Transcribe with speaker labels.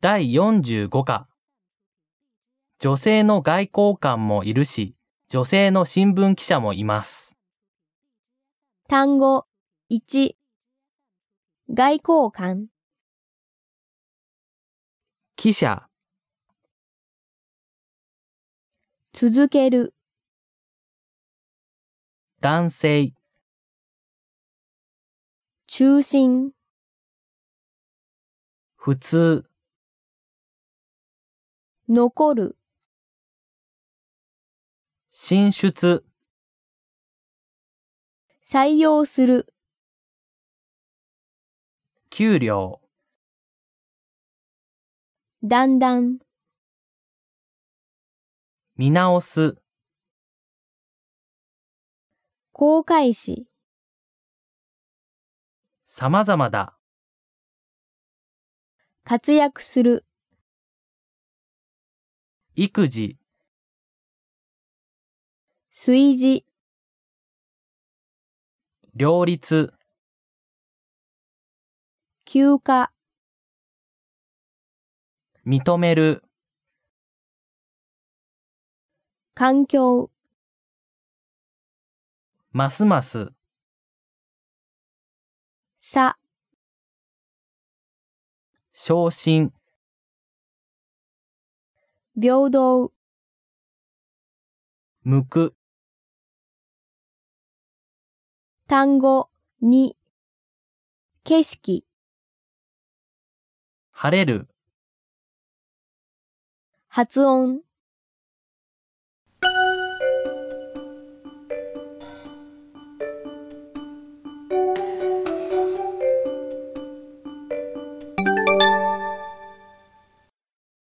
Speaker 1: 第45課。女性の外交官もいるし、女性の新聞記者もいます。
Speaker 2: 単語1外交官
Speaker 1: 記者、
Speaker 2: 続ける
Speaker 1: 男性、
Speaker 2: 中心
Speaker 1: 普通、
Speaker 2: 残る
Speaker 1: 進出、
Speaker 2: 採用する
Speaker 1: 給料、
Speaker 2: だんだん
Speaker 1: 見直す、
Speaker 2: 公開し
Speaker 1: 様々だ、
Speaker 2: 活躍する
Speaker 1: 育児、
Speaker 2: 炊事
Speaker 1: 両立、
Speaker 2: 休暇
Speaker 1: 認める、
Speaker 2: 環境
Speaker 1: ますます、
Speaker 2: 差
Speaker 1: 昇進、
Speaker 2: 平等
Speaker 1: 向く、
Speaker 2: 単語2景色
Speaker 1: 晴れる、
Speaker 2: 発音